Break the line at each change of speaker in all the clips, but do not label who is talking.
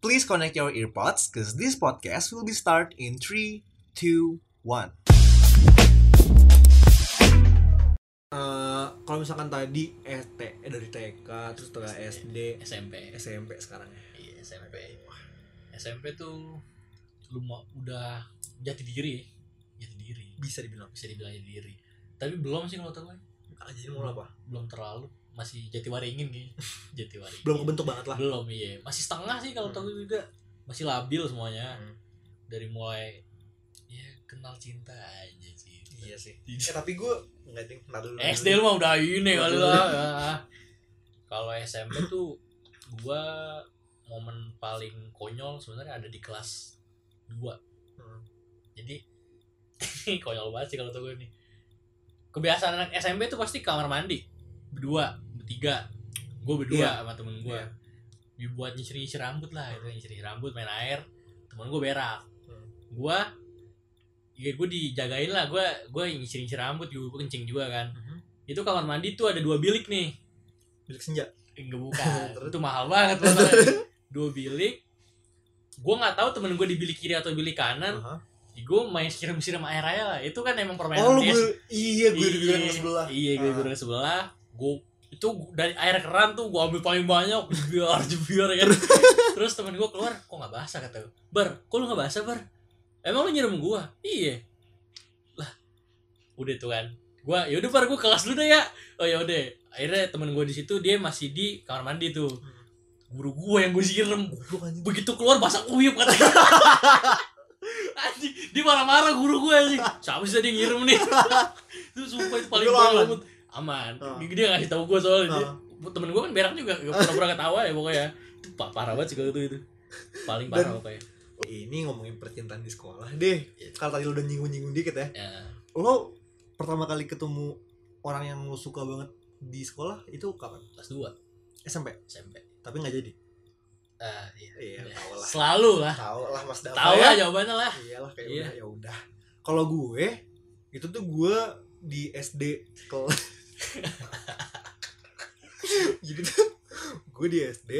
Please connect your earpods because this podcast will be start in 3, 2, 1.
Eh, kalau misalkan tadi ST eh, dari TK terus setelah SD
SMP
SMP sekarang
Iya, SMP SMP tuh lu mau udah jati diri ya. jati diri
bisa dibilang
bisa dibilang jati diri tapi belum sih kalau kata gue
Ah, jadi mau apa
belum terlalu masih jati waringin gitu jati waringin
belum Hmm. kebentuk banget lah
belum iya masih setengah sih kalau tahu juga masih labil semuanya dari mulai ya kenal cinta aja sih
iya sih eh, tapi gue nggak ding ntar dulu
SD Eh, lu mah udah ini kali lah Ya. kalau SMP tuh gua momen paling konyol sebenarnya ada di kelas 2
Hmm.
jadi konyol banget sih kalau tuh gue nih kebiasaan anak SMP tuh pasti kamar mandi berdua bertiga gue berdua sama temen gue
Iya.
dibuat nyicir-nyicir rambut lah itu nyicir rambut main air temen gue berak
Hmm.
gue ya gue dijagain lah gue gue nyicir-nyicir rambut juga gue kencing juga kan
Mhm.
itu kamar mandi tuh ada dua bilik nih
milik senja
enggak bukan
Terus?
itu mahal banget masalahnya. dua bilik gue nggak tahu temen gue di bilik kiri atau bilik kanan
Aha.
gue main siram-siram air aja lah itu kan emang permainan
oh lu
dia-
gue iya gue
Iya,
dibilang ke sebelah
iya gue
Ah.
bilang ke sebelah gue itu gua- dari air keran tuh gue ambil paling banyak jebiar jebiar ya terus temen gue keluar kok nggak basah kata gue bar kok lu nggak basah bar emang lu nyiram gue iya lah udah tuh kan gue yaudah bar gue kelas dulu deh ya oh yaudah akhirnya temen gue di situ dia masih di kamar mandi tuh
Hmm.
guru gue yang gue siram
goblok anjing
begitu keluar bahasa kuyup katanya anjing dia marah-marah guru gue anjing siapa sih tadi yang ngirim nih itu sumpah itu paling
Tapi lu
parah
aman?
banget. aman
Ah.
dia dia ngasih tahu gue soalnya
Ah.
Dia- temen gue kan berak juga gak pura-pura ketawa ya pokoknya itu pa- parah banget sih kalau gitu, itu itu paling parah
Dan-
pokoknya
ini ngomongin percintaan di sekolah deh
Iya.
kalau tadi lu udah nyinggung-nyinggung dikit ya
ya
lo pertama kali ketemu orang yang lo suka banget di sekolah itu kapan
kelas dua
SMP
SMP
tapi nggak jadi
Ah, iya.
iya
Ya,
tau lah
selalu lah
tau lah mas Dava
tahu
ya.
lah jawabannya lah
iyalah kayak
Iya.
udah ya udah kalau gue itu tuh gue di SD kelas jadi tuh gue di SD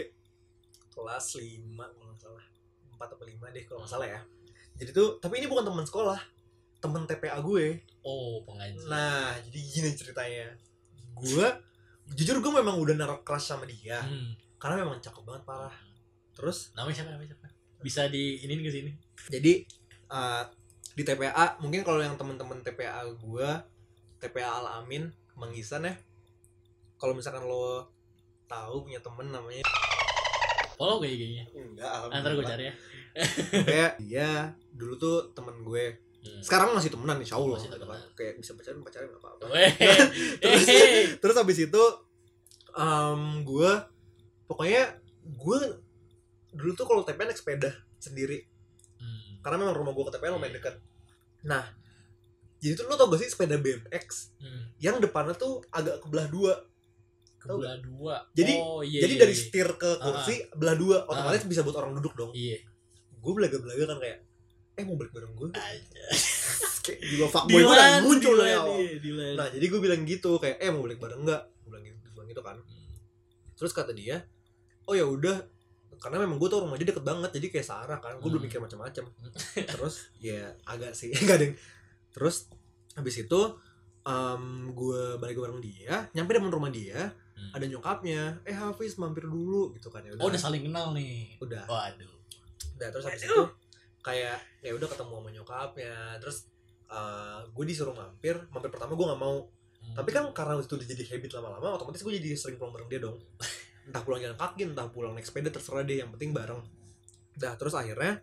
kelas 5 kalau nggak salah 4 atau 5 deh kalau nggak salah ya jadi tuh tapi ini bukan teman sekolah temen TPA gue
oh pengajian
nah jadi gini ceritanya gue jujur gue memang udah naruh crush sama dia
Hmm.
karena memang cakep banget parah terus
namanya siapa namanya siapa bisa di ini ke sini
jadi eh, di TPA mungkin kalau yang temen-temen TPA gua TPA Al Amin Mangisan ya kalau misalkan lo tahu punya temen namanya
follow kayak gini
enggak
antar gue cari ya
kayak dia dulu tuh temen gue
Hmm.
sekarang masih temenan insya Allah
Masih temenan.
kayak bisa pacaran pacaran nggak apa-apa
Weh.
Terus-
Eh.
terus habis itu em gue pokoknya gue dulu tuh kalau TPA naik sepeda sendiri
Hmm.
karena memang rumah gue ke TPN lumayan dekat nah jadi tuh lu tau gak sih sepeda BMX
Hmm.
yang depannya tuh agak ke belah dua Tau
Kebelah dua.
Jadi-
oh, iya,
jadi
iya,
dari
iya. Ah.
setir ke kursi belah dua otomatis bisa buat orang duduk dong
iya.
gue belaga-belaga kan kayak eh mau balik bareng gue
Aja.
kayak juga fuckboy gue udah muncul loh ya Allah.
Dilan.
nah jadi gue bilang gitu kayak eh mau balik bareng nggak gue bilang gitu, gue bilang gitu kan terus kata dia oh ya udah karena memang gue tau rumah dia deket banget jadi kayak searah kan gue belum
Hmm.
mikir macam-macam terus ya agak sih enggak deng terus habis itu em gue balik bareng dia nyampe depan rumah dia
Hmm.
ada nyokapnya eh Hafiz mampir dulu gitu kan ya udah
Oh, udah saling kenal nih.
udah
Waduh.
udah terus habis itu kayak ya udah ketemu sama nyokapnya terus eh, gue disuruh mampir mampir pertama gue nggak mau tapi kan karena itu udah jadi habit lama-lama otomatis gue jadi sering pulang bareng dia dong entah pulang jalan kaki entah pulang naik sepeda terserah dia yang penting bareng dah terus akhirnya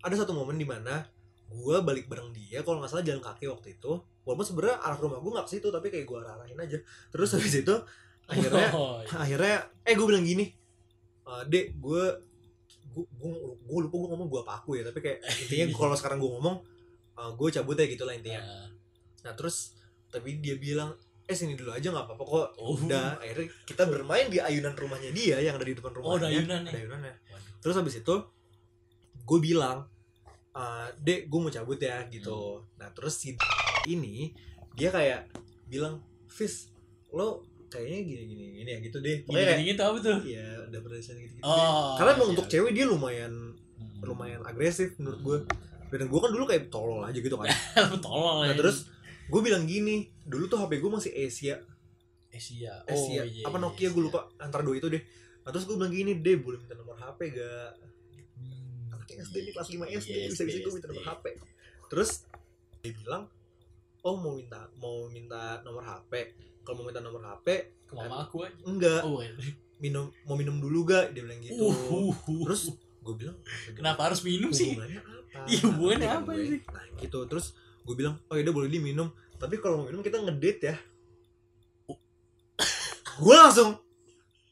ada satu momen di mana gue balik bareng dia kalau nggak salah jalan kaki waktu itu walaupun sebenarnya arah rumah gue nggak ke situ tapi kayak gue arahin aja terus habis itu akhirnya
Oh, iya.
akhirnya eh gue bilang gini "Eh, dek gue gue gue lupa gue ngomong gue apa aku ya tapi kayak intinya kalau sekarang gue ngomong "Eh, gue cabut ya gitu lah intinya
Ah.
Nah terus tapi dia bilang eh sini dulu aja nggak apa-apa kok.
Oh.
Udah akhirnya kita bermain di ayunan rumahnya dia yang ada di depan rumahnya.
Oh, ada ayunannya.
Ada ayunannya.
Waduh.
Terus habis itu gue bilang "Eh, dek gue mau cabut ya gitu.
Hmm.
Nah terus si ini dia kayak bilang Fis lo kayaknya gini gini gini ya gitu deh
gini
pokoknya kayak
gini gitu apa tuh
iya udah pernah desain gitu gitu deh.
oh
karena emang
iya.
untuk cewek dia lumayan
Hmm.
lumayan agresif menurut gue dan gue kan dulu kayak tolol aja gitu kan
tolol
nah
ya.
terus gue bilang gini dulu tuh HP gue masih Asia
Asia oh
Asia
iya
apa
iya,
Nokia
Asia.
gue lupa antara dua itu deh nah terus gue bilang gini deh boleh minta nomor HP gak
Hmm.
anak SD nih kelas 5 SD
Iya,
bisa bisa gue minta
SD.
nomor HP terus dia bilang oh mau minta mau minta nomor HP kalau mau minta nomor HP
ke mama aku aja
enggak
oh iya.
minum mau minum dulu gak dia bilang gitu
Uh, uh, uh.
terus gue bilang
kenapa harus minum sih
hubungannya apa
Iya, hubungannya
Kan
apa
gue-
sih?
nah gitu terus gue bilang oh yaudah boleh diminum tapi kalau mau minum kita ngedate ya gue langsung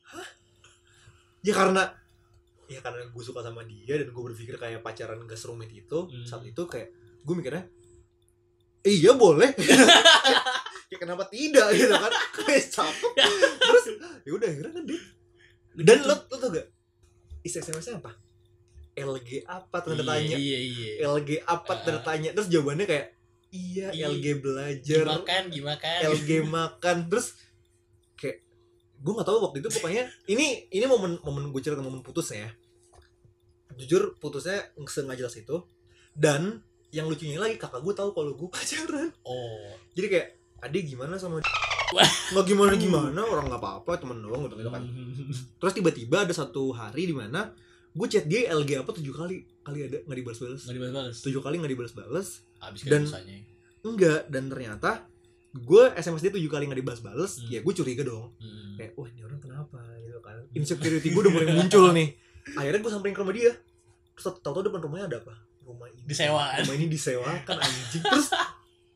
"Hah? ya karena ya karena gue suka sama dia dan gue berpikir kayak pacaran gak serumit itu
Hmm.
saat itu kayak gue mikirnya "Eh, iya boleh ya kenapa tidak gitu kan kayak cakep terus ya udah akhirnya ngedate dan
Gitu.
lo, lo tau gak isi SMS-nya apa LG apa tanda tanya
iya iya iya.
LG apa
Ah.
tertanya terus jawabannya kayak iya
Iya.
LG belajar
Gimakan, gimakan.
LG makan terus kayak gue nggak tahu waktu itu pokoknya ini ini momen momen gue cerita momen putusnya ya jujur putusnya nggak jelas itu dan yang lucunya lagi kakak gue tahu kalau gue pacaran
Oh,
jadi kayak adik gimana sama d-?" nggak gimana gimana orang nggak apa-apa temen doang gitu kan
Mm-hmm.
terus tiba-tiba ada satu hari di mana gue chat dia LG apa tujuh kali kali ada nggak dibalas-balas
nggak dibalas-balas.
tujuh kali nggak dibalas-balas
Habis
Dan-
kan dosanya.
enggak dan ternyata gue SMS dia tujuh kali nggak dibales-bales
Hmm.
ya gue curiga dong
Hmm.
kayak wah ini orang kenapa gitu kan insecurity gue udah mulai muncul nih akhirnya gue samperin ke rumah dia terus tau tau depan rumahnya ada apa rumah ini
Disewaan.
rumah ini disewakan anjing terus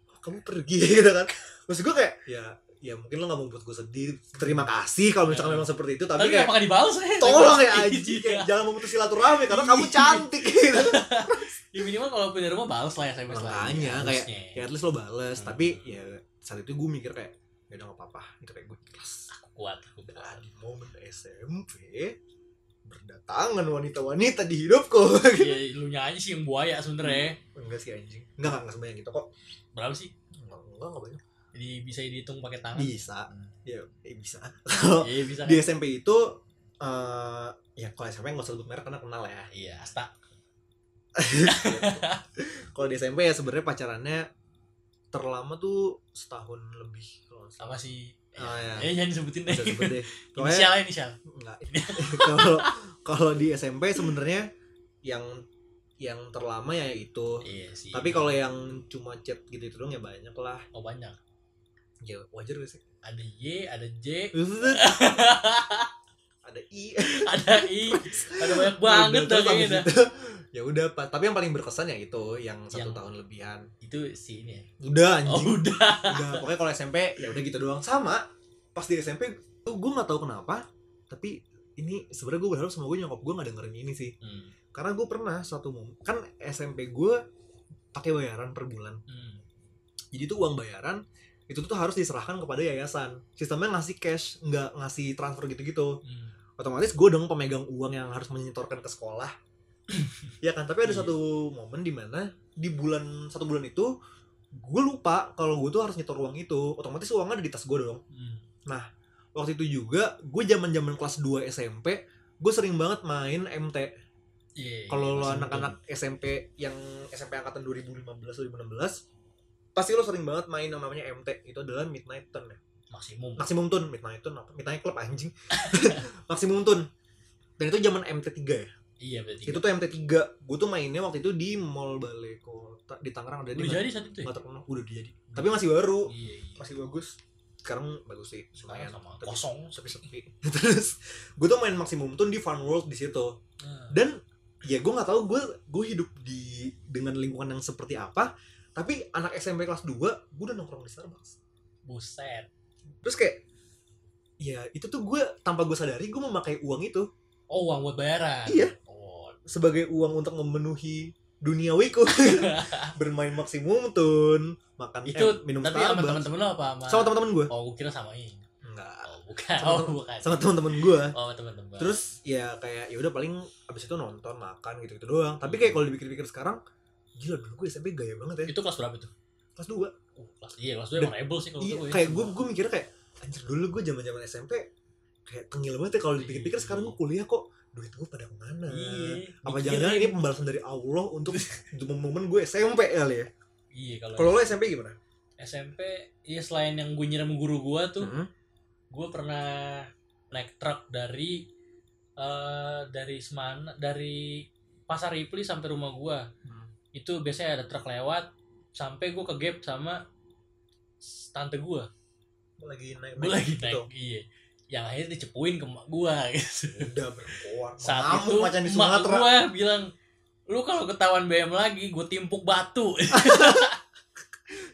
"Oh, kamu pergi gitu kan terus gue kayak ya ya mungkin lo gak mau buat gue sedih terima kasih kalau misalkan memang seperti itu tapi
Iya. Tapi
kayak
kenapa nggak dibalas? eh?
tolong ya
Iya.
anjing kayak jangan memutus silaturahmi karena kamu cantik gitu
Ya minimal kalau punya rumah balas lah ya saya balas lah.
Makanya, kayak-
Harusnya.
ya at least lo bales
Hmm.
tapi ya saat itu gue mikir kayak ya udah gak apa-apa itu kayak gue ikhlas
Aku kuat, aku
dan
kuat.
di momen SMP berdatangan wanita-wanita di hidupku
Iya, lu nyanyi sih yang buaya sebenernya.
enggak sih anjing enggak enggak, enggak sebanyak itu kok
Berapa sih?
enggak enggak, enggak banyak
Jadi bisa dihitung pakai tangan.
bisa
Hmm.
ya eh, bisa
Iya, bisa.
di
kan?
SMP itu eh ya kalau SMP nggak usah sebut merek karena kenal ya
Iya, asta.
kalau di SMP ya sebenarnya pacarannya terlama tuh setahun lebih kalau nggak salah.
Sama si
Ah, ya.
Eh, jangan disebutin deh.
bisa sebut deh Pokoknya-
Inisial inisial.
Enggak. Kalau kalau di SMP sebenarnya yang yang terlama ya itu.
Iya sih.
Tapi kalau yang cuma chat gitu itu dong ya banyak lah.
oh banyak.
Ya wajar gak sih?
Ada Y, ada J,
Ada i.
ada I, ada banyak banget
Terus
dah
habis
kayaknya. dah.
itu, Ya udah, Pak. tapi yang paling berkesan ya itu yang satu
Yang-
tahun lebihan.
Itu si ini. ya.
Udah anjing.
Oh, udah.
Udah. Pokoknya kalau SMP ya udah gitu doang. Sama pas di SMP tuh gue nggak tahu kenapa, tapi ini sebenarnya gue berharap sama gue nyokap gue nggak dengerin ini sih.
Hmm.
karena gue pernah suatu momen kan SMP gue pakai bayaran per bulan
Hmm.
jadi tuh uang bayaran itu tuh harus diserahkan kepada yayasan sistemnya ngasih cash nggak ngasih transfer gitu-gitu
Hmm.
otomatis gue dong pemegang uang yang harus menyetorkan ke sekolah ya kan tapi ada
Iya.
satu momen di mana di bulan satu bulan itu gue lupa kalau gue tuh harus nyetor uang itu otomatis uangnya ada di tas gue dong
Hmm.
waktu itu juga gue zaman zaman kelas 2 SMP gue sering banget main MT
Iya,
kalau lo
masih
anak-anak SMP yang SMP angkatan 2015 2016 pasti lo sering banget main yang namanya MT itu adalah Midnight Turn ya.
untung. maksimum.
Maximum Turn, Midnight Turn apa? Midnight Club anjing. Maximum Turn. Dan itu zaman MT3 ya.
Iya berarti.
Itu tuh MT3. Gue tuh mainnya waktu itu di Mall Balai Kota di Tangerang ada di
udah
mana?
jadi saat itu. Ya?
Nggak terkenal. udah jadi. Tapi masih baru,
Iya, iya.
masih bagus. Sekarang bagus sih,
Sekarang
lumayan.
sama
Tapi-
kosong.
Tapi sepi. Terus gue tuh main Maximum Turn di Fun World di situ
Nah,
dan ya gue nggak tahu gue gue hidup di dengan lingkungan yang seperti apa tapi anak SMP kelas 2 gue udah nongkrong di Starbucks
Buset.
terus kayak ya itu tuh gue tanpa gue sadari gue memakai uang itu
Oh, uang buat bayaran.
Iya.
Oh,
sebagai uang untuk memenuhi duniawiku bermain maksimum tun makan
itu
eh, minum
tapi sama
Starbucks
teman-teman lo apa sama?
sama teman-teman gue
Oh, gue kira sama ini.
enggak
Oh, bukan.
Sama
oh,
temen-
bukan.
sama teman-teman gue
Oh, teman-teman.
terus ya kayak ya udah paling abis itu nonton makan gitu gitu doang tapi kayak kalau dipikir-pikir sekarang gila dulu gue SMP gaya banget ya
itu kelas berapa tuh?
kelas 2
Uh, kelas iya, kelas 2 emang rebel sih kalau
Iya,
gue.
kayak gue gue mikirnya kayak anjir dulu gue zaman zaman SMP kayak tengil banget ya kalau dipikir-pikir sekarang gue kuliah kok duit gue pada kemana
Iya.
apa
Mikirin.
jangan-jangan ini pembalasan dari Allah untuk momen gue SMP kali ya
Iya kalau
kalau lo SMP gimana
SMP ya selain yang gue nyiram guru gua tuh,
Mm-mm.
gue pernah naik truk dari eh dari semana dari pasar Ripli sampai rumah gua.
Hmm.
Itu biasanya ada truk lewat sampai gua ke gap sama s- tante gua.
Gua lagi naik
gue lagi naik
gitu.
iya yang akhirnya dicepuin ke emak gue gitu.
udah berkoar
saat
ngamuk
itu
macam di
emak
Sumatera
gue bilang lu kalau ketahuan BM lagi gue timpuk batu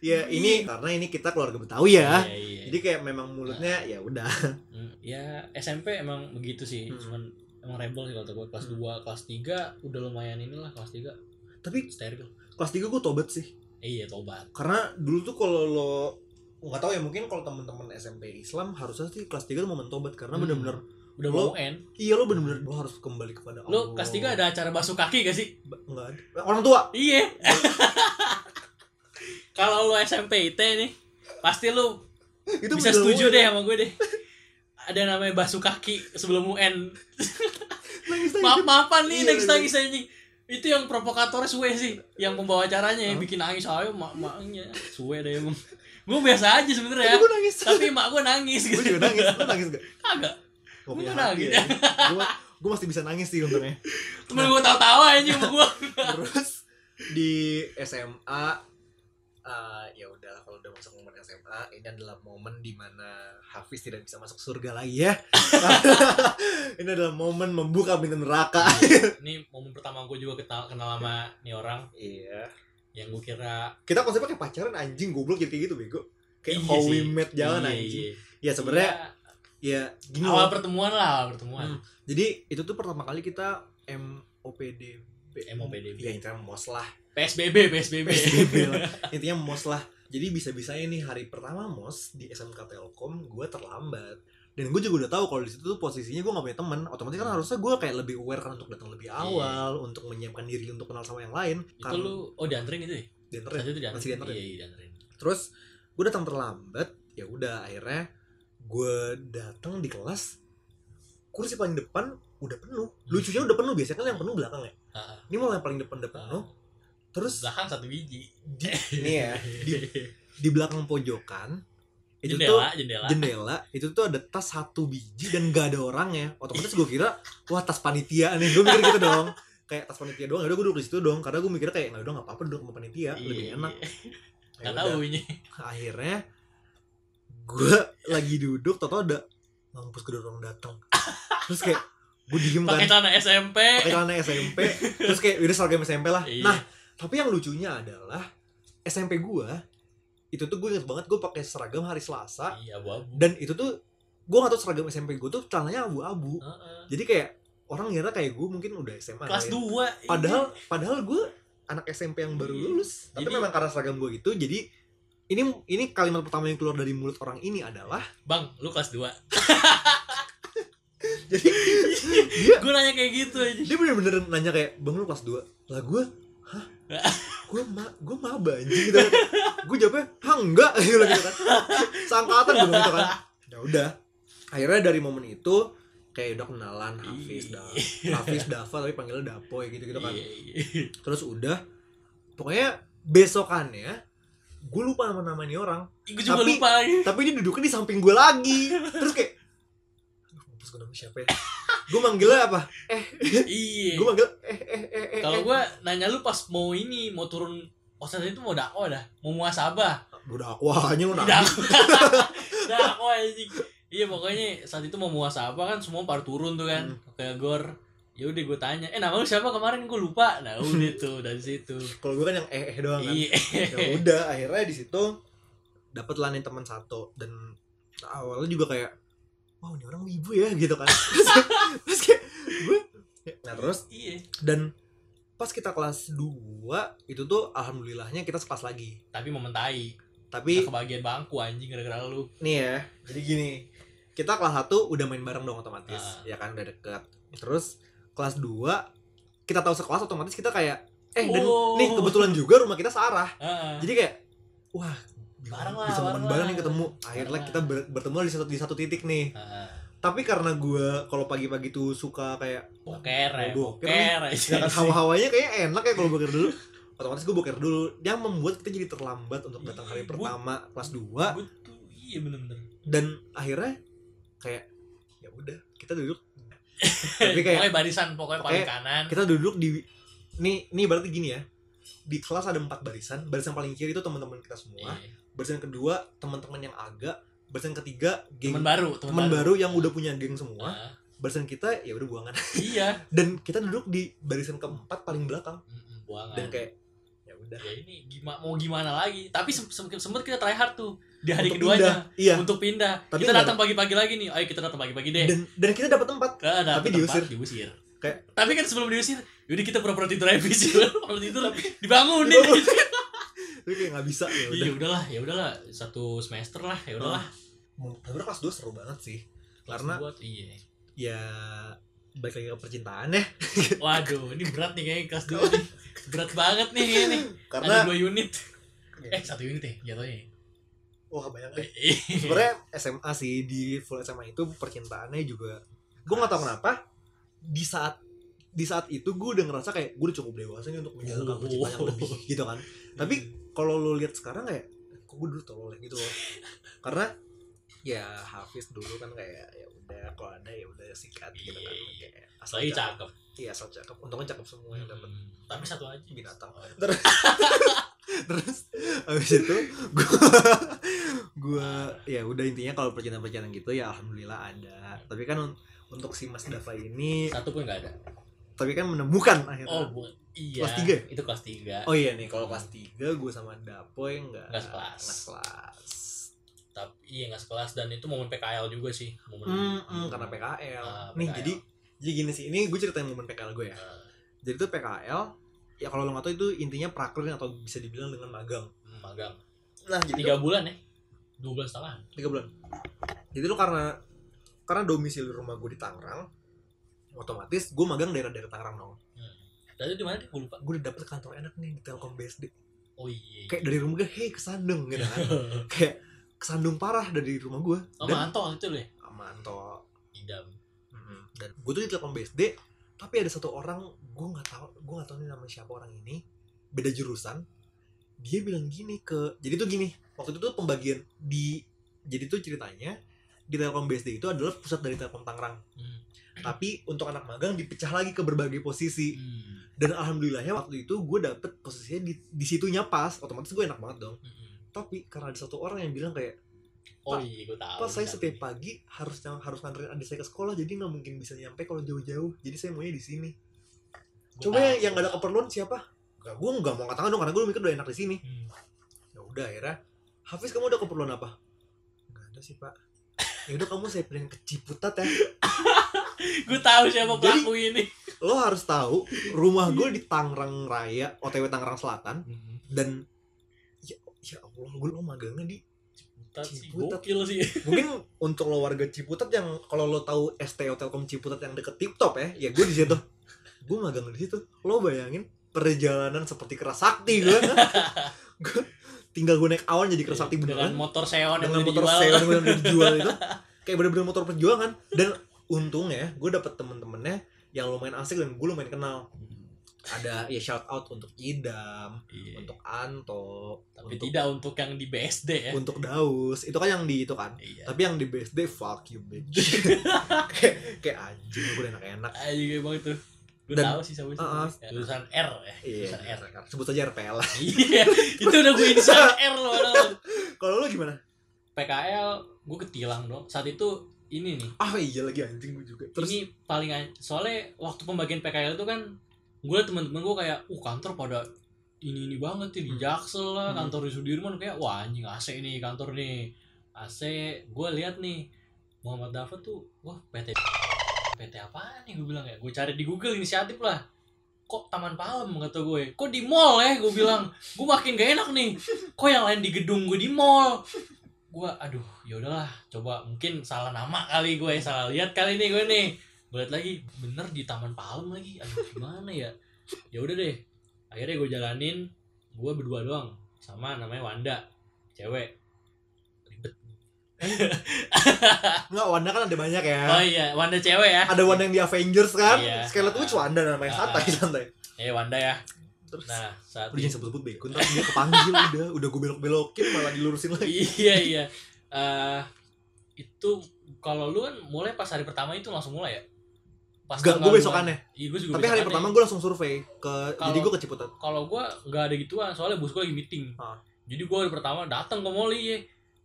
ya ini karena ini kita keluarga Betawi ya
Iya, iya.
jadi kayak memang mulutnya ya udah
Hmm, ya SMP emang begitu sih
Hmm.
cuman emang rebel sih kalau gue kelas
Hmm.
2 kelas 3 udah lumayan inilah kelas 3
tapi
steril
kelas 3 gue tobat sih
Eh, iya tobat
karena dulu tuh kalau lo nggak tahu ya mungkin kalau teman-teman SMP Islam harusnya sih kelas 3 tuh momen tobat karena
Hmm.
bener-bener
udah
Lo-
mau UN
iya lo bener-bener lo harus kembali kepada Allah
lu kelas 3 ada acara basuh kaki gak sih
Ba- nggak ada Eh, orang tua
iya kalau lu SMP IT nih pasti lu
itu
bisa
bener
setuju
banget.
deh sama gue deh ada namanya basuh kaki sebelum UN
Nangis, nangis.
maaf maafan nih
Iya,
nangis
iya.
nangis anjing itu yang provokator suwe sih yang pembawa acaranya yang
Hah?
bikin nangis ayo mak maknya suwe deh emang gue biasa aja
tapi
sebenernya
gue nangis
tapi mak gue nangis
gue
gitu
juga nangis lo nangis gak
agak
gue
Gua
punya
nggak
hati
nangis.
ya. gue gue masih bisa nangis sih untungnya
temen gue tawa-tawa anjing sama gue
terus di SMA eh, ya udah kalau udah masuk momen SMA ini adalah momen dimana Hafiz tidak bisa masuk surga lagi ya ini adalah momen membuka pintu neraka
ini momen pertama gue juga kenal kenal sama nih orang
iya
yang gue kira
kita konsepnya kayak pacaran anjing goblok jadi kayak gitu bego kayak
Iya
how
sih.
we met jalan
Iya,
anjing
iya.
ya sebenarnya
Iya,
ya gini
awal
loh.
pertemuan lah awal pertemuan
Hmm. jadi itu tuh pertama kali kita MOPD
MOPDB.
ya intinya mos lah
PSBB PSBB,
PSBB lah. Intinya mos lah. Jadi bisa-bisanya nih hari pertama mos di SMK Telkom gue terlambat. Dan gue juga udah tahu kalau di situ tuh posisinya gue gak punya teman. Otomatis kan harusnya gue kayak lebih aware kan untuk datang lebih awal, untuk menyiapkan diri untuk kenal sama yang lain.
Iya. itu lu oh dianterin itu ya
dianterin.
Satu itu dianterin.
Masih dianterin.
Iya, iya, dianterin.
Terus gue datang terlambat, ya udah akhirnya gue datang di kelas kursi paling depan udah penuh. Lucunya udah penuh, biasanya kan yang penuh belakang ya.
Ah,
Ini malah yang paling depan udah
ah.
penuh. Terus
belakang satu biji.
di, nih ya, di, di belakang pojokan itu tuh
jendela, jendela.
jendela itu tuh ada tas satu biji dan gak ada orangnya otomatis gue kira wah tas panitia nih gue mikir gitu dong kayak tas panitia doang udah gue duduk di situ dong karena gue mikirnya kayak nggak udah nggak apa-apa duduk sama panitia lebih enak Ya
Enggak
udah.
Iya, tahu ini.
akhirnya gue lagi duduk tau ada mampus kedua orang datang terus kayak gue diem kan
Pakai celana SMP.
pakai celana SMP terus kayak udah seragam SMP lah
Iya.
nah tapi yang lucunya adalah SMP gue itu tuh gue inget banget gue pakai seragam hari Selasa
Iya, abu-abu.
dan itu tuh gue gak tau seragam SMP gue tuh celananya abu-abu
Heeh.
jadi kayak orang ngira kayak gue mungkin udah SMA
Kelas
lah ya.
2.
padahal padahal gue anak SMP yang baru
Iya.
lulus tapi
Jadi-
memang karena seragam gue gitu jadi ini ini kalimat pertama yang keluar dari mulut orang ini adalah
Bang, lu kelas 2.
jadi dia
Gue nanya kayak gitu aja.
dia bener-bener nanya kayak bang lu kelas 2 lah gue hah gue ma gue maba anjing gitu gue jawabnya hah enggak gitu lah, gitu kan seangkatan gue gitu kan ya udah akhirnya dari momen itu kayak udah kenalan Hafiz
Iya.
dah Hafiz Dava tapi panggilnya Dapoy gitu gitu kan
Iya, iya.
terus udah pokoknya besokannya gue lupa nama namanya orang
Gue juga
Tapi-
lupa lagi.
tapi dia duduknya di samping gue lagi terus kayak aduh mampus gue nama siapa ya gue manggilnya apa
Iya.
gue manggil eh eh eh eh
Kalau gue nanya lu pas mau ini, mau turun Posnya itu mau dakwah dah, mau muasabah.
udah aku hanya
Di
udah
Dakwah. dakwah anjing. Iya pokoknya saat itu mau muasabah kan semua par turun tuh kan
Hmm.
ke gor. Ya udah gue tanya, eh nama lu siapa kemarin gue lupa. Nah udah tuh dari situ.
kalau gue kan yang eh eh doang kan
Iya.
ya udah akhirnya di situ dapat lah nih teman satu dan awalnya juga kayak wow ini orang ibu ya gitu kan terus, terus kayak gue nah terus
Iya.
dan pas kita kelas 2 itu tuh alhamdulillahnya kita sekelas lagi
Tapi mementai.
tapi
kebagian bangku anjing gara-gara lu.
nih ya Iya. jadi gini kita kelas 1 udah main bareng dong otomatis
Ah.
ya kan udah deket terus kelas 2 kita tahu sekelas otomatis kita kayak eh dan
Oh.
nih kebetulan juga rumah kita searah
Heeh.
jadi kayak wah di
bareng lah
bisa momen
bareng
bareng
lah. Nah.
nih ketemu akhirnya
Bareng
kita ber- bertemu di satu di satu titik nih
Heeh.
tapi karena gue kalau pagi-pagi tuh suka kayak
boker ya Iya
Bodoh.
boker aja
ya kan, hawa-hawanya kayaknya enak ya kalau boker dulu otomatis gue boker dulu yang membuat kita jadi terlambat untuk datang hari
Iya,
pertama kelas 2
Gua tuh iya bener-bener
dan akhirnya kayak ya udah kita duduk tapi kayak
pokoknya barisan pokoknya paling
Pokoknya
kanan
kita duduk di nih nih berarti gini ya di kelas ada empat barisan barisan paling kiri itu teman-teman kita semua
Iya.
barisan kedua teman-teman yang agak barisan ketiga geng
teman baru
teman baru yang udah punya geng semua
Nah,
barisan kita ya udah buangan
iya
dan kita duduk di barisan keempat paling belakang
Mm-mm, buangan
dan kayak ya udah
ya ini gima- mau gimana lagi tapi sem- sem- sempet kita try hard tuh di hari
Untuk
keduanya
pindah. iya
untuk pindah
Tapi
kita
enggak.
datang pagi-pagi lagi nih ayo kita datang pagi-pagi deh
dan dan kita dapat tempat
Ke ada
Tapi
tempat,
diusir.
diusir
Kayak-
tapi kan sebelum diusir yaudah kita pura-pura tidur aja bis kalau tidur dibangunin
Dibangun. tapi kayak nggak bisa ya udah
iya udahlah ya udahlah satu semester lah ya udahlah
Mau- tapi kelas 2 seru banget sih
Kelas
Karena-
dua tuh, iya
ya balik lagi ke percintaan ya
waduh ini berat nih kayaknya kelas dua nih berat banget nih kayaknya Iya nih ada
karena
dua unit eh satu unit ya jatuhnya
wah banyak deh
sebenarnya
sebenarnya SMA sih di full SMA itu percintaannya juga gue nggak tahu kenapa di saat di saat itu gue udah ngerasa kayak gue udah cukup dewasa nih untuk menjalankan
Oh.
percintaan yang lebih gitu kan tapi kalau lo lihat sekarang kayak kok gue dulu tolol ya gitu loh karena ya Hafiz dulu kan kayak ya udah kalau ada ya udah sikat gitu kan
Iya.
kayak asal
lagi
cakep
cakep
iya asal cakep untungnya cakep semua yang dapat
Oh, tapi satu aja
binatang
Oh,
terus terus habis itu gua gua ya udah intinya kalau percintaan-percintaan gitu ya alhamdulillah ada tapi kan un- untuk si Mas Dava ini
Eh, satu pun nggak ada
tapi kan menemukan
oh
akhirnya
bu iya
Kelas tiga?
itu kelas tiga
oh iya nih kalau kelas 3 gue sama Dapoy nggak
Nggak sekelas.
nggak sekelas
tapi iya nggak sekelas dan itu momen PKL juga sih momen
Hmm, hmm, karena PKL
Ah,
nih
PKL.
jadi jadi gini sih ini gue ceritain momen PKL gue ya
Eh,
jadi tuh PKL ya kalau lo nggak tahu itu intinya praklin atau bisa dibilang dengan magang
magang
nah jadi
tiga bulan ya dua belas tahun
tiga bulan jadi lu karena karena domisili rumah gue di Tangerang otomatis gue magang daerah-daerah Tangerang dong
tadi di mana deh gue lupa
gue udah dapet kantor enak nih di Telkom BSD
oh iya
kayak dari rumah gue hei kesandung gitu kan kayak kesandung parah dari rumah gue
oh
dan
mantol itu deh
manto
idam
dan gue tuh di Telkom BSD tapi ada satu orang gue nggak tahu gue nggak tahu nih namanya siapa orang ini beda jurusan dia bilang gini ke jadi tuh gini waktu itu tuh pembagian di jadi tuh ceritanya di Telkom BSD itu adalah pusat dari Telkom Tangerang
Hmm.
tapi untuk anak magang dipecah lagi ke berbagai posisi
Hmm.
dan alhamdulillahnya waktu itu gue dapet posisinya di, di situnya pas otomatis gue enak banget dong
Hmm.
tapi karena ada satu orang yang bilang kayak
oh
Pak,
iya gue tahu
pas saya
Benar.
setiap pagi harus nyam- harus nganterin adik saya ke sekolah jadi nggak mungkin bisa nyampe kalau jauh-jauh jadi saya maunya di sini
Gua
coba
tahu.
yang, yang gak ada keperluan siapa gak gue nggak mau katakan dong karena gue mikir udah enak di sini
Hmm.
ya udah akhirnya Hafiz kamu ada keperluan apa nggak ada sih pak ya udah kamu saya pilihin ke Ciputat ya
gue tahu siapa
Jadi-
pelaku ini
lo harus tahu rumah gue di Tangerang Raya OTW Tangerang Selatan
Hmm,
dan ya, ya Allah gue lo magangnya di
Ciputat sih
Ciputat.
gokil sih
mungkin untuk lo warga Ciputat yang kalau lo tahu ST Telkom Ciputat yang deket Tiptop ya ya gue di situ gue magang di situ lo bayangin perjalanan seperti kerasakti gue Gue- tinggal gue naik awan jadi kerasakti
Iya. dengan
beneran
motor seon yang
dengan
udah
motor
dijual.
sewa yang udah dijual itu kayak bener-bener motor perjuangan dan untungnya gue dapet temen-temennya yang lumayan asik dan gue lumayan kenal ada ya shout out untuk Idam,
Iya.
untuk Anto,
tapi
untuk
tidak untuk yang di BSD ya
untuk Daus itu kan yang di itu kan
iya
tapi yang di BSD fuck you bitch kayak kayak anjing gue enak-enak
aja kayak bang itu gue
Dan-
tahu sih sama siapa
Ah, ah.
Ya, tulisan R ya
iya
tulisan R
sebut aja RPL lah
iya itu udah gue inisial R loh padahal.
kalau lu gimana
PKL gue ketilang dong saat itu ini nih
ah iya lagi anjing gue juga terus
ini paling an- soalnya waktu pembagian PKL itu kan gue liat teman-teman gue kayak uh kantor pada ini ini banget nih di
Hmm.
Jaksel lah
Hmm.
kantor di Sudirman kayak wah anjing AC nih kantor nih AC gue lihat nih Muhammad Dafa tuh wah PT PT apaan nih gue bilang ya gue cari di Google inisiatif lah kok Taman Palem kata gue kok di mall ya gue bilang gue makin gak enak nih kok yang lain di gedung gue di mall gue aduh ya udahlah coba mungkin salah nama kali gue salah lihat kali nih gue nih gue liat lagi bener di Taman Palem lagi aduh gimana ya ya udah deh akhirnya gue jalanin gue berdua doang sama namanya Wanda cewek
Enggak, Wanda kan ada banyak ya.
oh iya Wanda cewek ya
Ada Wanda yang di Avengers kan.
Iya.
Scarlet Witch Wanda namanya
Ah.
santai santai.
eh Wanda ya
Terus
nah saat
udah jangan sebut-sebut Bekun, ntar dia kepanggil udah, udah gue belok-belokin malah dilurusin lagi.
iya iya Eh itu kalau lu kan mulai pas hari pertama itu langsung mulai ya pas
Enggak,
tanggal
gue
lu-
besokannya.
iya gue juga
Tapi hari
besokannya.
pertama gue langsung survei ke jadi
Kalau-
gue ke Ciputat.
kalau gua nggak ada gituan soalnya bos gua lagi meeting
Ah.
jadi gua hari pertama datang ke mall iya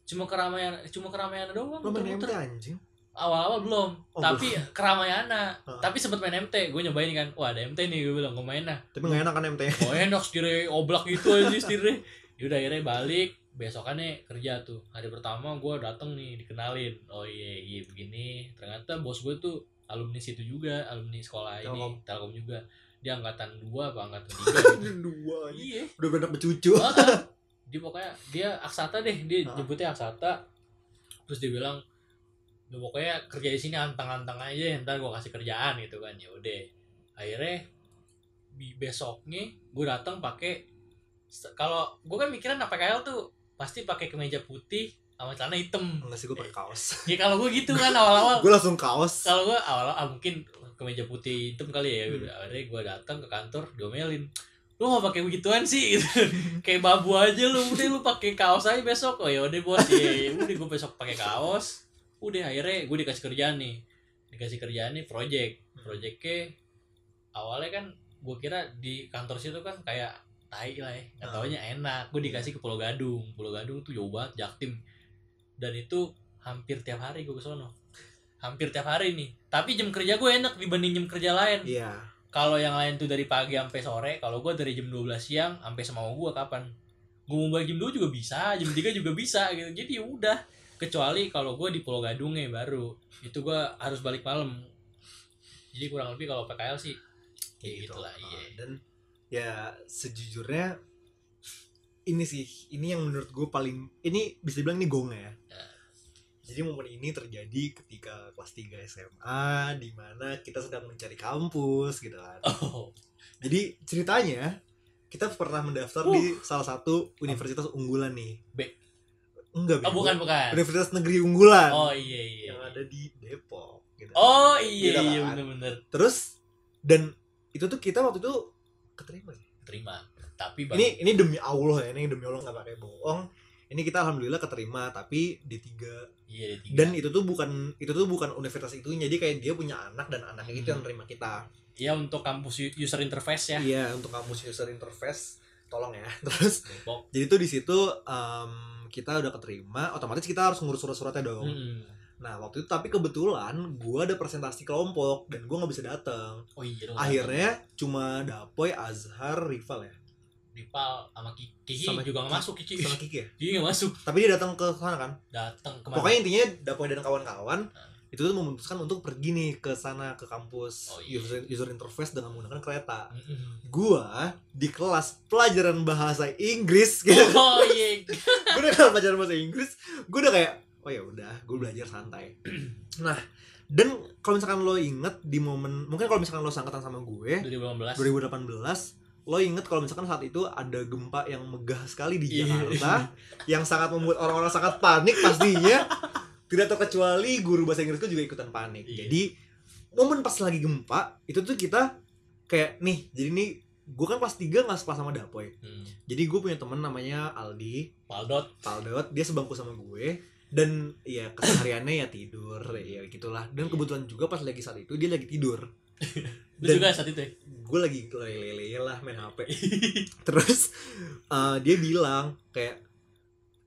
cuma keramaian cuma keramaian doang
Lo main MT
muter-muter.
anjing.
awal-awal belum
Oh,
tapi keramaian
Ah.
tapi sempet main MT gue nyobain kan wah ada MT nih gue bilang gue main nah
Tapi enggak enak kan MT.
oh enak setirnya oblak gitu aja setirnya yaudah akhirnya balik besokannya kerja tuh hari pertama gua datang nih dikenalin oh iya iya begini ternyata bos gue tuh alumni situ juga alumni sekolah
Telkom.
ini telkom juga dia angkatan dua apa angkatan tiga gitu.
Dua anjing.
iya
Udah benak becucu.
Heeh. kan, dia pokoknya dia aksata deh dia
Heeh.
nyebutnya aksata terus dia bilang "Lu pokoknya kerja di sini antang-antang aja ntar gua kasih kerjaan gitu kan ya udah akhirnya di besoknya gue datang pakai se- kalau gue kan mikiran apa KL tuh pasti pakai kemeja putih sama celana hitam
Enggak sih gue pakai kaos.
ya kalau gue gitu kan awal-awal
Gue langsung kaos.
kalau gue awal ah, mungkin kemeja putih hitam kali ya udah akhirnya gue datang ke kantor diomelin lu mau pakai begituan sih gitu. kayak babu aja lu udah lu pakai kaos aja besok oh ya udah bos ya udah gue besok pakai kaos udah akhirnya gue dikasih kerjaan nih dikasih kerjaan nih project projectnya awalnya kan gue kira di kantor situ kan kayak tai lah ya nggak taunya enak gue dikasih ke Pulau Gadung Pulau Gadung tuh jauh banget Jaktim dan itu hampir tiap hari gue ke sono hampir tiap hari nih tapi jam kerja gue enak dibanding jam kerja lain
Iya.
kalau yang lain tuh dari pagi sampai sore kalau gue dari jam 12 siang sampai semau gue kapan gue mau balik jam 2 juga bisa jam 3 juga bisa gitu jadi ya udah kecuali kalau gue di Pulau Gadungnya baru itu gue harus balik malam jadi kurang lebih kalau PKL sih kayak gitulah
Ah,
iya
dan ya sejujurnya ini sih ini yang menurut gue paling ini bisa dibilang ini gong ya
Ah.
jadi momen ini terjadi ketika kelas 3 SMA di mana kita sedang mencari kampus gitu kan
oh
jadi ceritanya kita pernah mendaftar
Uh.
di salah satu universitas unggulan nih
B.
enggak
oh
Bego.
bukan bukan
universitas negeri unggulan
oh iya iya
yang ada di Depok gitu.
oh iya
Gitu
iya
kan.
bener-bener
terus dan itu tuh kita waktu itu keterima ya?
terima tapi bang,
ini ini demi Allah ya ini demi Allah nggak pakai bohong ini kita alhamdulillah keterima tapi di tiga
iya ada tiga.
dan itu tuh bukan itu tuh bukan universitas itu jadi kayak dia punya anak dan anaknya itu
Hmm.
yang terima kita
ya untuk kampus u- user interface ya
iya untuk kampus user interface tolong ya terus
Depok
jadi tuh di situ em, kita udah keterima otomatis kita harus ngurus surat-suratnya dong
Mm-mm.
nah waktu itu tapi kebetulan gua ada presentasi kelompok dan gua nggak bisa datang
oh iya dong.
akhirnya cuma Dapoy Azhar Rival ya
Ripal sama Kiki, Kiki
Sama
juga nggak
Kiki.
masuk Kiki.
sama Kiki ya
Kiki nggak masuk.
tapi dia datang ke sana kan
Datang kemana?
Pokoknya intinya Dapoy dan kawan-kawan
Ah.
itu tuh memutuskan untuk pergi nih ke sana ke kampus
Oh, iya.
user, user interface dengan menggunakan kereta.
Mm-mm.
Gua di kelas pelajaran bahasa Inggris gitu.
Oh iya.
gua udah kelas pelajaran bahasa Inggris, gua udah kayak oh ya udah, gua belajar santai. nah, dan kalau misalkan lo inget di momen mungkin kalau misalkan lo seangkatan sama gue
2018.
2018 lo inget kalau misalkan saat itu ada gempa yang megah sekali di
Iya.
Jakarta yang sangat membuat orang-orang sangat panik pastinya tidak terkecuali guru bahasa Inggrisku juga ikutan panik
Iya.
jadi momen pas lagi gempa itu tuh kita kayak nih jadi nih gue kan kelas 3 nggak sekelas sama Dapoy
Hmm.
jadi gue punya temen namanya Aldi
Paldot.
Paldot dia sebangku sama gue dan ya kesehariannya ya tidur ya gitulah dan kebetulan juga pas lagi saat itu dia lagi tidur
Lu
Dan-
juga saat itu ya?
gue lagi lele lah main HP terus eh, dia bilang kayak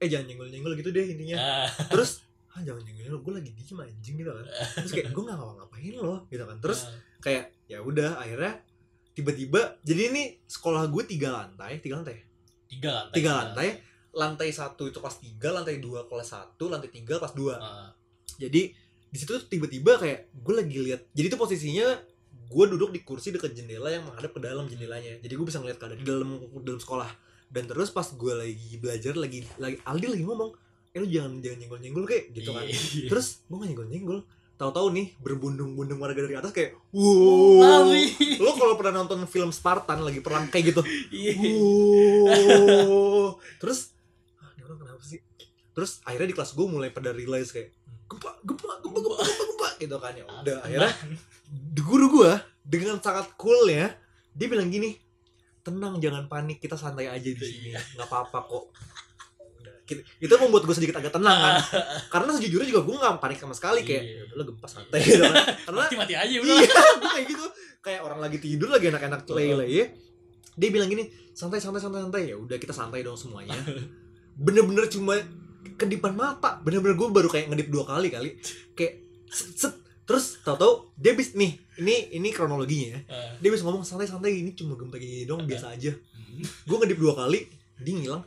eh jangan nyenggol-nyenggol gitu deh intinya
Ah,
terus ah jangan nyenggol gue lagi diem anjing gitu kan terus kayak gue nggak ngapa-ngapain loh gitu kan terus
ah.
kayak ya udah akhirnya tiba-tiba jadi ini sekolah gue tiga lantai tiga lantai ya?
tiga lantai.
tiga lantai lantai satu itu kelas tiga lantai dua kelas satu lantai tiga kelas dua
Ah,
jadi di situ tuh tiba-tiba kayak gue lagi lihat jadi itu posisinya gue duduk di kursi dekat jendela yang menghadap ke dalam jendelanya jadi gue bisa ngeliat keadaan di dalam dalam sekolah dan terus pas gue lagi belajar lagi lagi Aldi lagi ngomong eh lu jangan jangan nyenggol nyenggol kayak gitu kan
iya.
terus gue gak nyenggol nyenggol tahu-tahu nih berbundung-bundung warga dari atas kayak wow
Lari.
lo kalau pernah nonton film Spartan lagi perang kayak gitu
Iya.
Wuh. terus ah, ini orang kenapa sih terus akhirnya di kelas gue mulai pada realize kayak gempa gempa gempa gempa gempa, gempa gitu kan ya
Nah.
udah akhirnya di guru gue dengan sangat coolnya dia bilang gini tenang jangan panik kita santai aja di sini nggak apa-apa kok Udah, ki- itu membuat gue sedikit agak tenang kan karena sejujurnya juga gue nggak panik sama sekali kayak
Iya.
ya udahlah gempa santai gitu kan karena
mati mati aja udah
iya gue kayak gitu kayak orang lagi tidur lagi enak-enak lay lay ya dia bilang gini santai santai santai santai ya udah kita santai dong semuanya bener-bener cuma kedipan mata bener-bener gue baru kayak ngedip dua kali kali kayak set, set. terus tau-tau dia bis nih ini ini kronologinya ya
Eh,
dia bisa ngomong santai santai ini cuma gempa gini dong biasa aja
hmm.
gue ngedip dua kali dia ngilang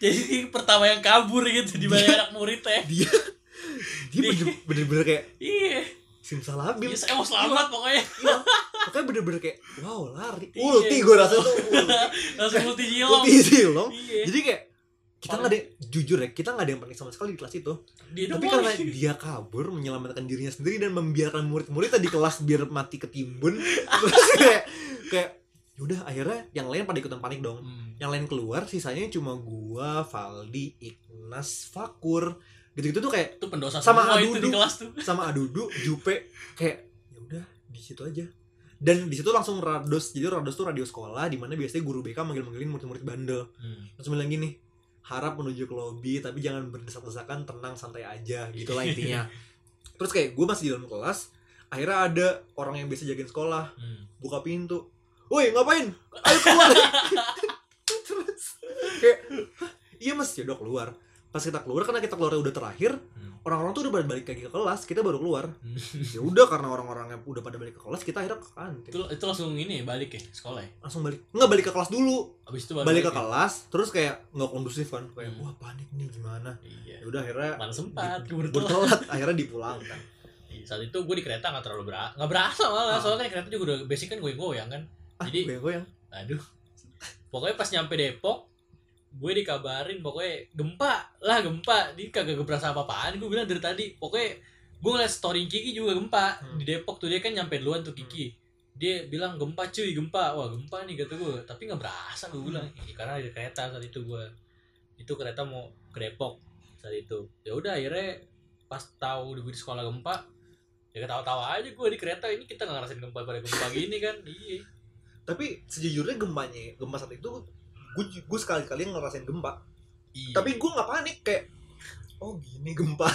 jadi pertama yang kabur gitu di
Iya.
banyak anak murid teh
dia bener- bener-bener kayak
iya
simsalabim
ya saya mau selamat pokoknya
hilang makanya bener-bener kayak wow lari
Iya.
ulti gue rasa tuh ulti.
langsung multi jilong
ulti silong
iya
jadi kayak kita nggak ada jujur ya kita nggak ada yang panik sama sekali di kelas itu
dia
tapi
doang.
karena dia kabur menyelamatkan dirinya sendiri dan membiarkan murid-murid tadi kelas biar mati ketimbun terus kayak kayak udah akhirnya yang lain pada ikutan panik dong
Hmm.
yang lain keluar sisanya cuma gua Valdi Ignas Fakur gitu-gitu tuh kayak
itu pendosa
Sama
semua itu di
Adudu.
kelas tuh
sama Adudu Jupe kayak ya udah di situ aja dan di situ langsung Rados jadi Rados tuh radio sekolah di mana biasanya guru BK manggil-manggilin murid-murid bandel
Hmm,
terus bilang gini harap menuju ke lobby tapi jangan berdesak-desakan tenang santai aja gitu lah intinya terus kayak gue masih di dalam kelas akhirnya ada orang yang biasa jagain sekolah
Hmm.
buka pintu woi ngapain ayo keluar terus kayak "Hah, iya mas ya udah keluar pas kita keluar karena kita keluar udah terakhir
Hmm.
orang-orang tuh udah pada balik lagi ke kelas kita baru keluar
Hmm.
ya udah karena orang-orangnya udah pada balik ke kelas kita akhirnya ke kantin
itu itu langsung ini ya, balik ya sekolah ya
langsung balik nggak balik ke kelas dulu
abis itu baru
balik ke
ya.
kelas terus kayak nggak kondusif kan kayak
Hmm.
wah panik nih gimana
iya
ya udah akhirnya
mana sempat
di-
keburu
keburu
telat.
telat akhirnya dipulangkan
Iya, saat itu gue di kereta nggak terlalu berasa nggak berasa
Ah.
malah soalnya kan di kereta juga udah basic kan gue goyang kan
ah,
Jadi-
bego yang
aduh pokoknya pas nyampe Depok gue dikabarin pokoknya gempa lah gempa dia kagak berasa apa-apaan gue bilang dari tadi pokoknya gue ngeliat story Kiki juga gempa
Hmm.
di Depok tuh dia kan nyampe duluan tuh Kiki dia bilang gempa cuy gempa wah gempa nih kata gue tapi nggak berasa gue bilang "Ih, karena ada kereta saat itu gue itu kereta mau ke Depok saat itu ya udah akhirnya pas tahu gue di sekolah gempa ya ketawa-tawa aja gue di kereta ini kita nggak ngerasain gempa pada gempa gini kan iya
tapi sejujurnya gempanya gempa saat itu gue gue sekali kali ngerasain gempa
Iya.
tapi gue nggak panik kayak oh gini gempa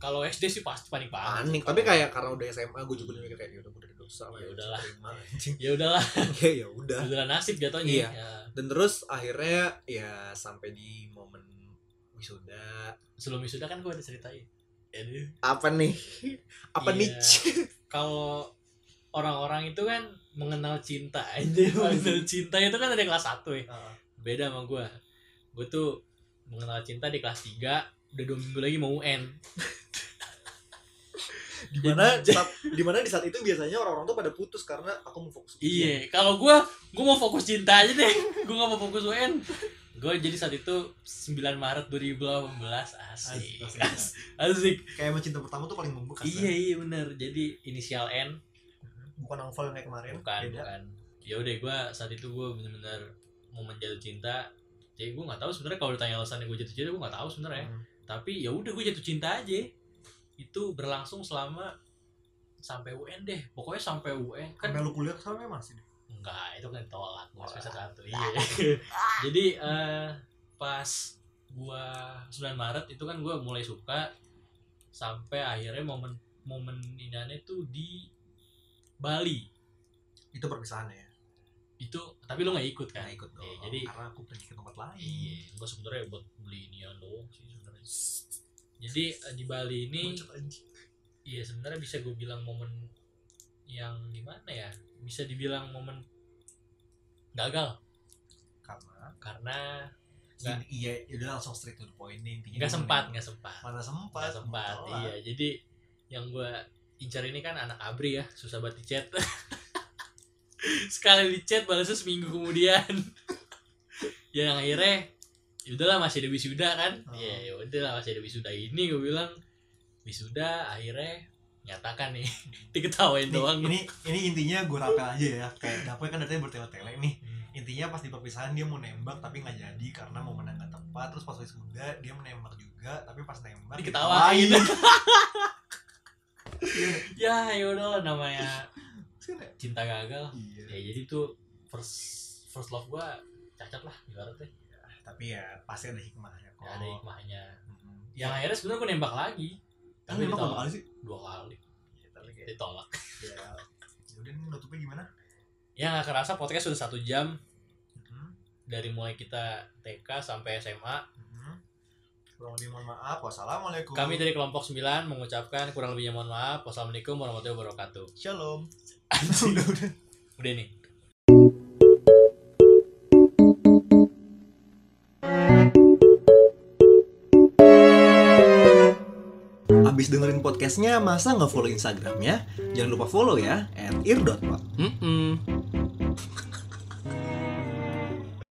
kalau SD sih pasti panik banget
panik tapi kayak karena udah SMA gue juga udah mikir kayak udah udah dosa lah
Ya
ya
udahlah.
terima, anjing."
ya udahlah
ya ya udah
udahlah nasib
Iya.
jatuhnya ya,
dan terus akhirnya ya sampai di momen wisuda
sebelum wisuda kan gue ada ceritain jadi
apa nih apa
Iya.
nih
kalau orang-orang itu kan mengenal cinta aja mengenal cinta itu kan ada kelas 1 ya
Ah.
beda sama gue gue tuh mengenal cinta di kelas 3 udah dua minggu lagi mau UN
di mana saat- di mana di saat itu biasanya orang-orang tuh pada putus karena aku mau fokus
Iya, kalau gua gua mau fokus cinta aja deh. Gua gak mau fokus UN. Gua jadi saat itu 9 Maret 2018
Asik,
asik.
asik.
Asik. asik.
kayak emang cinta pertama tuh paling membekas
Iya, iya bener Jadi inisial N
bukan Angval yang kayak kemarin
bukan
beda.
bukan. Ya udah gua saat itu gua bener-bener momen jatuh cinta. Jadi gua nggak tahu sebenarnya kalau ditanya alasannya gua jatuh cinta gua nggak tahu sebenarnya.
Hmm.
Tapi ya udah gua jatuh cinta aja. Itu berlangsung selama sampai UN deh. Pokoknya sampai UN kan
Sampai lu kuliah sekarang emang masih
Enggak, itu kan ditolak gua semester
Tolak. Ah.
satu. Iya. Jadi eh, pas gua 9 Maret itu kan gua mulai suka sampai akhirnya momen momen inannya tuh di Bali.
itu perpisahan ya
Itu tapi lu nggak ikut kan?
nggak ikut dong
Iya, jadi
karena aku pergi ke tempat lain
iya, gua sebenarnya buat beli inian doang sih sebenarnya. Jadi eh, di Bali ini
Bocot anjing.
iya sebenarnya bisa gue bilang momen yang gimana ya? Bisa dibilang momen gagal
karena
karena
Iya, iya udah langsung straight to the point nih intinya
nggak
Ini
sempat,
mending-
nggak sempat.
mana sempat
Gak sempat,
Tolak.
iya. Jadi yang gue incar ini kan anak abri ya, susah banget di chat. Sekali di chat balasnya seminggu kemudian. ya yang akhirnya, yaudahlah masih ada wisuda kan?
Oh.
Ya yaudahlah masih ada wisuda ini gue bilang wisuda akhirnya nyatakan nih diketawain
ini,
doang.
ini ini intinya gue rapel aja ya kayak Dapoy kan datanya bertele-tele nih
Hmm.
intinya pas di perpisahan dia mau nembak tapi nggak jadi karena mau menang nggak tepat apa terus pas wis muda dia menembak juga tapi pas nembak
Diketawain.
diketawain.
ya ya udahlah namanya
Sih, Nek?
cinta gagal
iya
ya jadi tuh first first love gua cacat lah ibaratnya
tapi ya pasti ada hikmahnya kok
Gak ada Ya, hikmahnya
Mm-mm.
yang akhirnya sebenarnya gua nembak lagi
kan nembak berapa
ditolak.
kali sih
dua kali
ya, tapi kayak
ditolak
ya ya udah nih nutupnya gimana
ya nggak kerasa podcast sudah satu jam
Mm-mm.
dari mulai kita TK sampai SMA
Mm-mm. kurang lebih mohon maaf wassalamualaikum
kami dari kelompok 9 mengucapkan kurang lebihnya mohon maaf wassalamualaikum warahmatullahi wabarakatuh
shalom
Anjing.
udah udah
udah nih
Abis dengerin podcastnya, masa nggak follow Instagramnya? Jangan lupa follow ya, at ear.pod.
Mm-mm.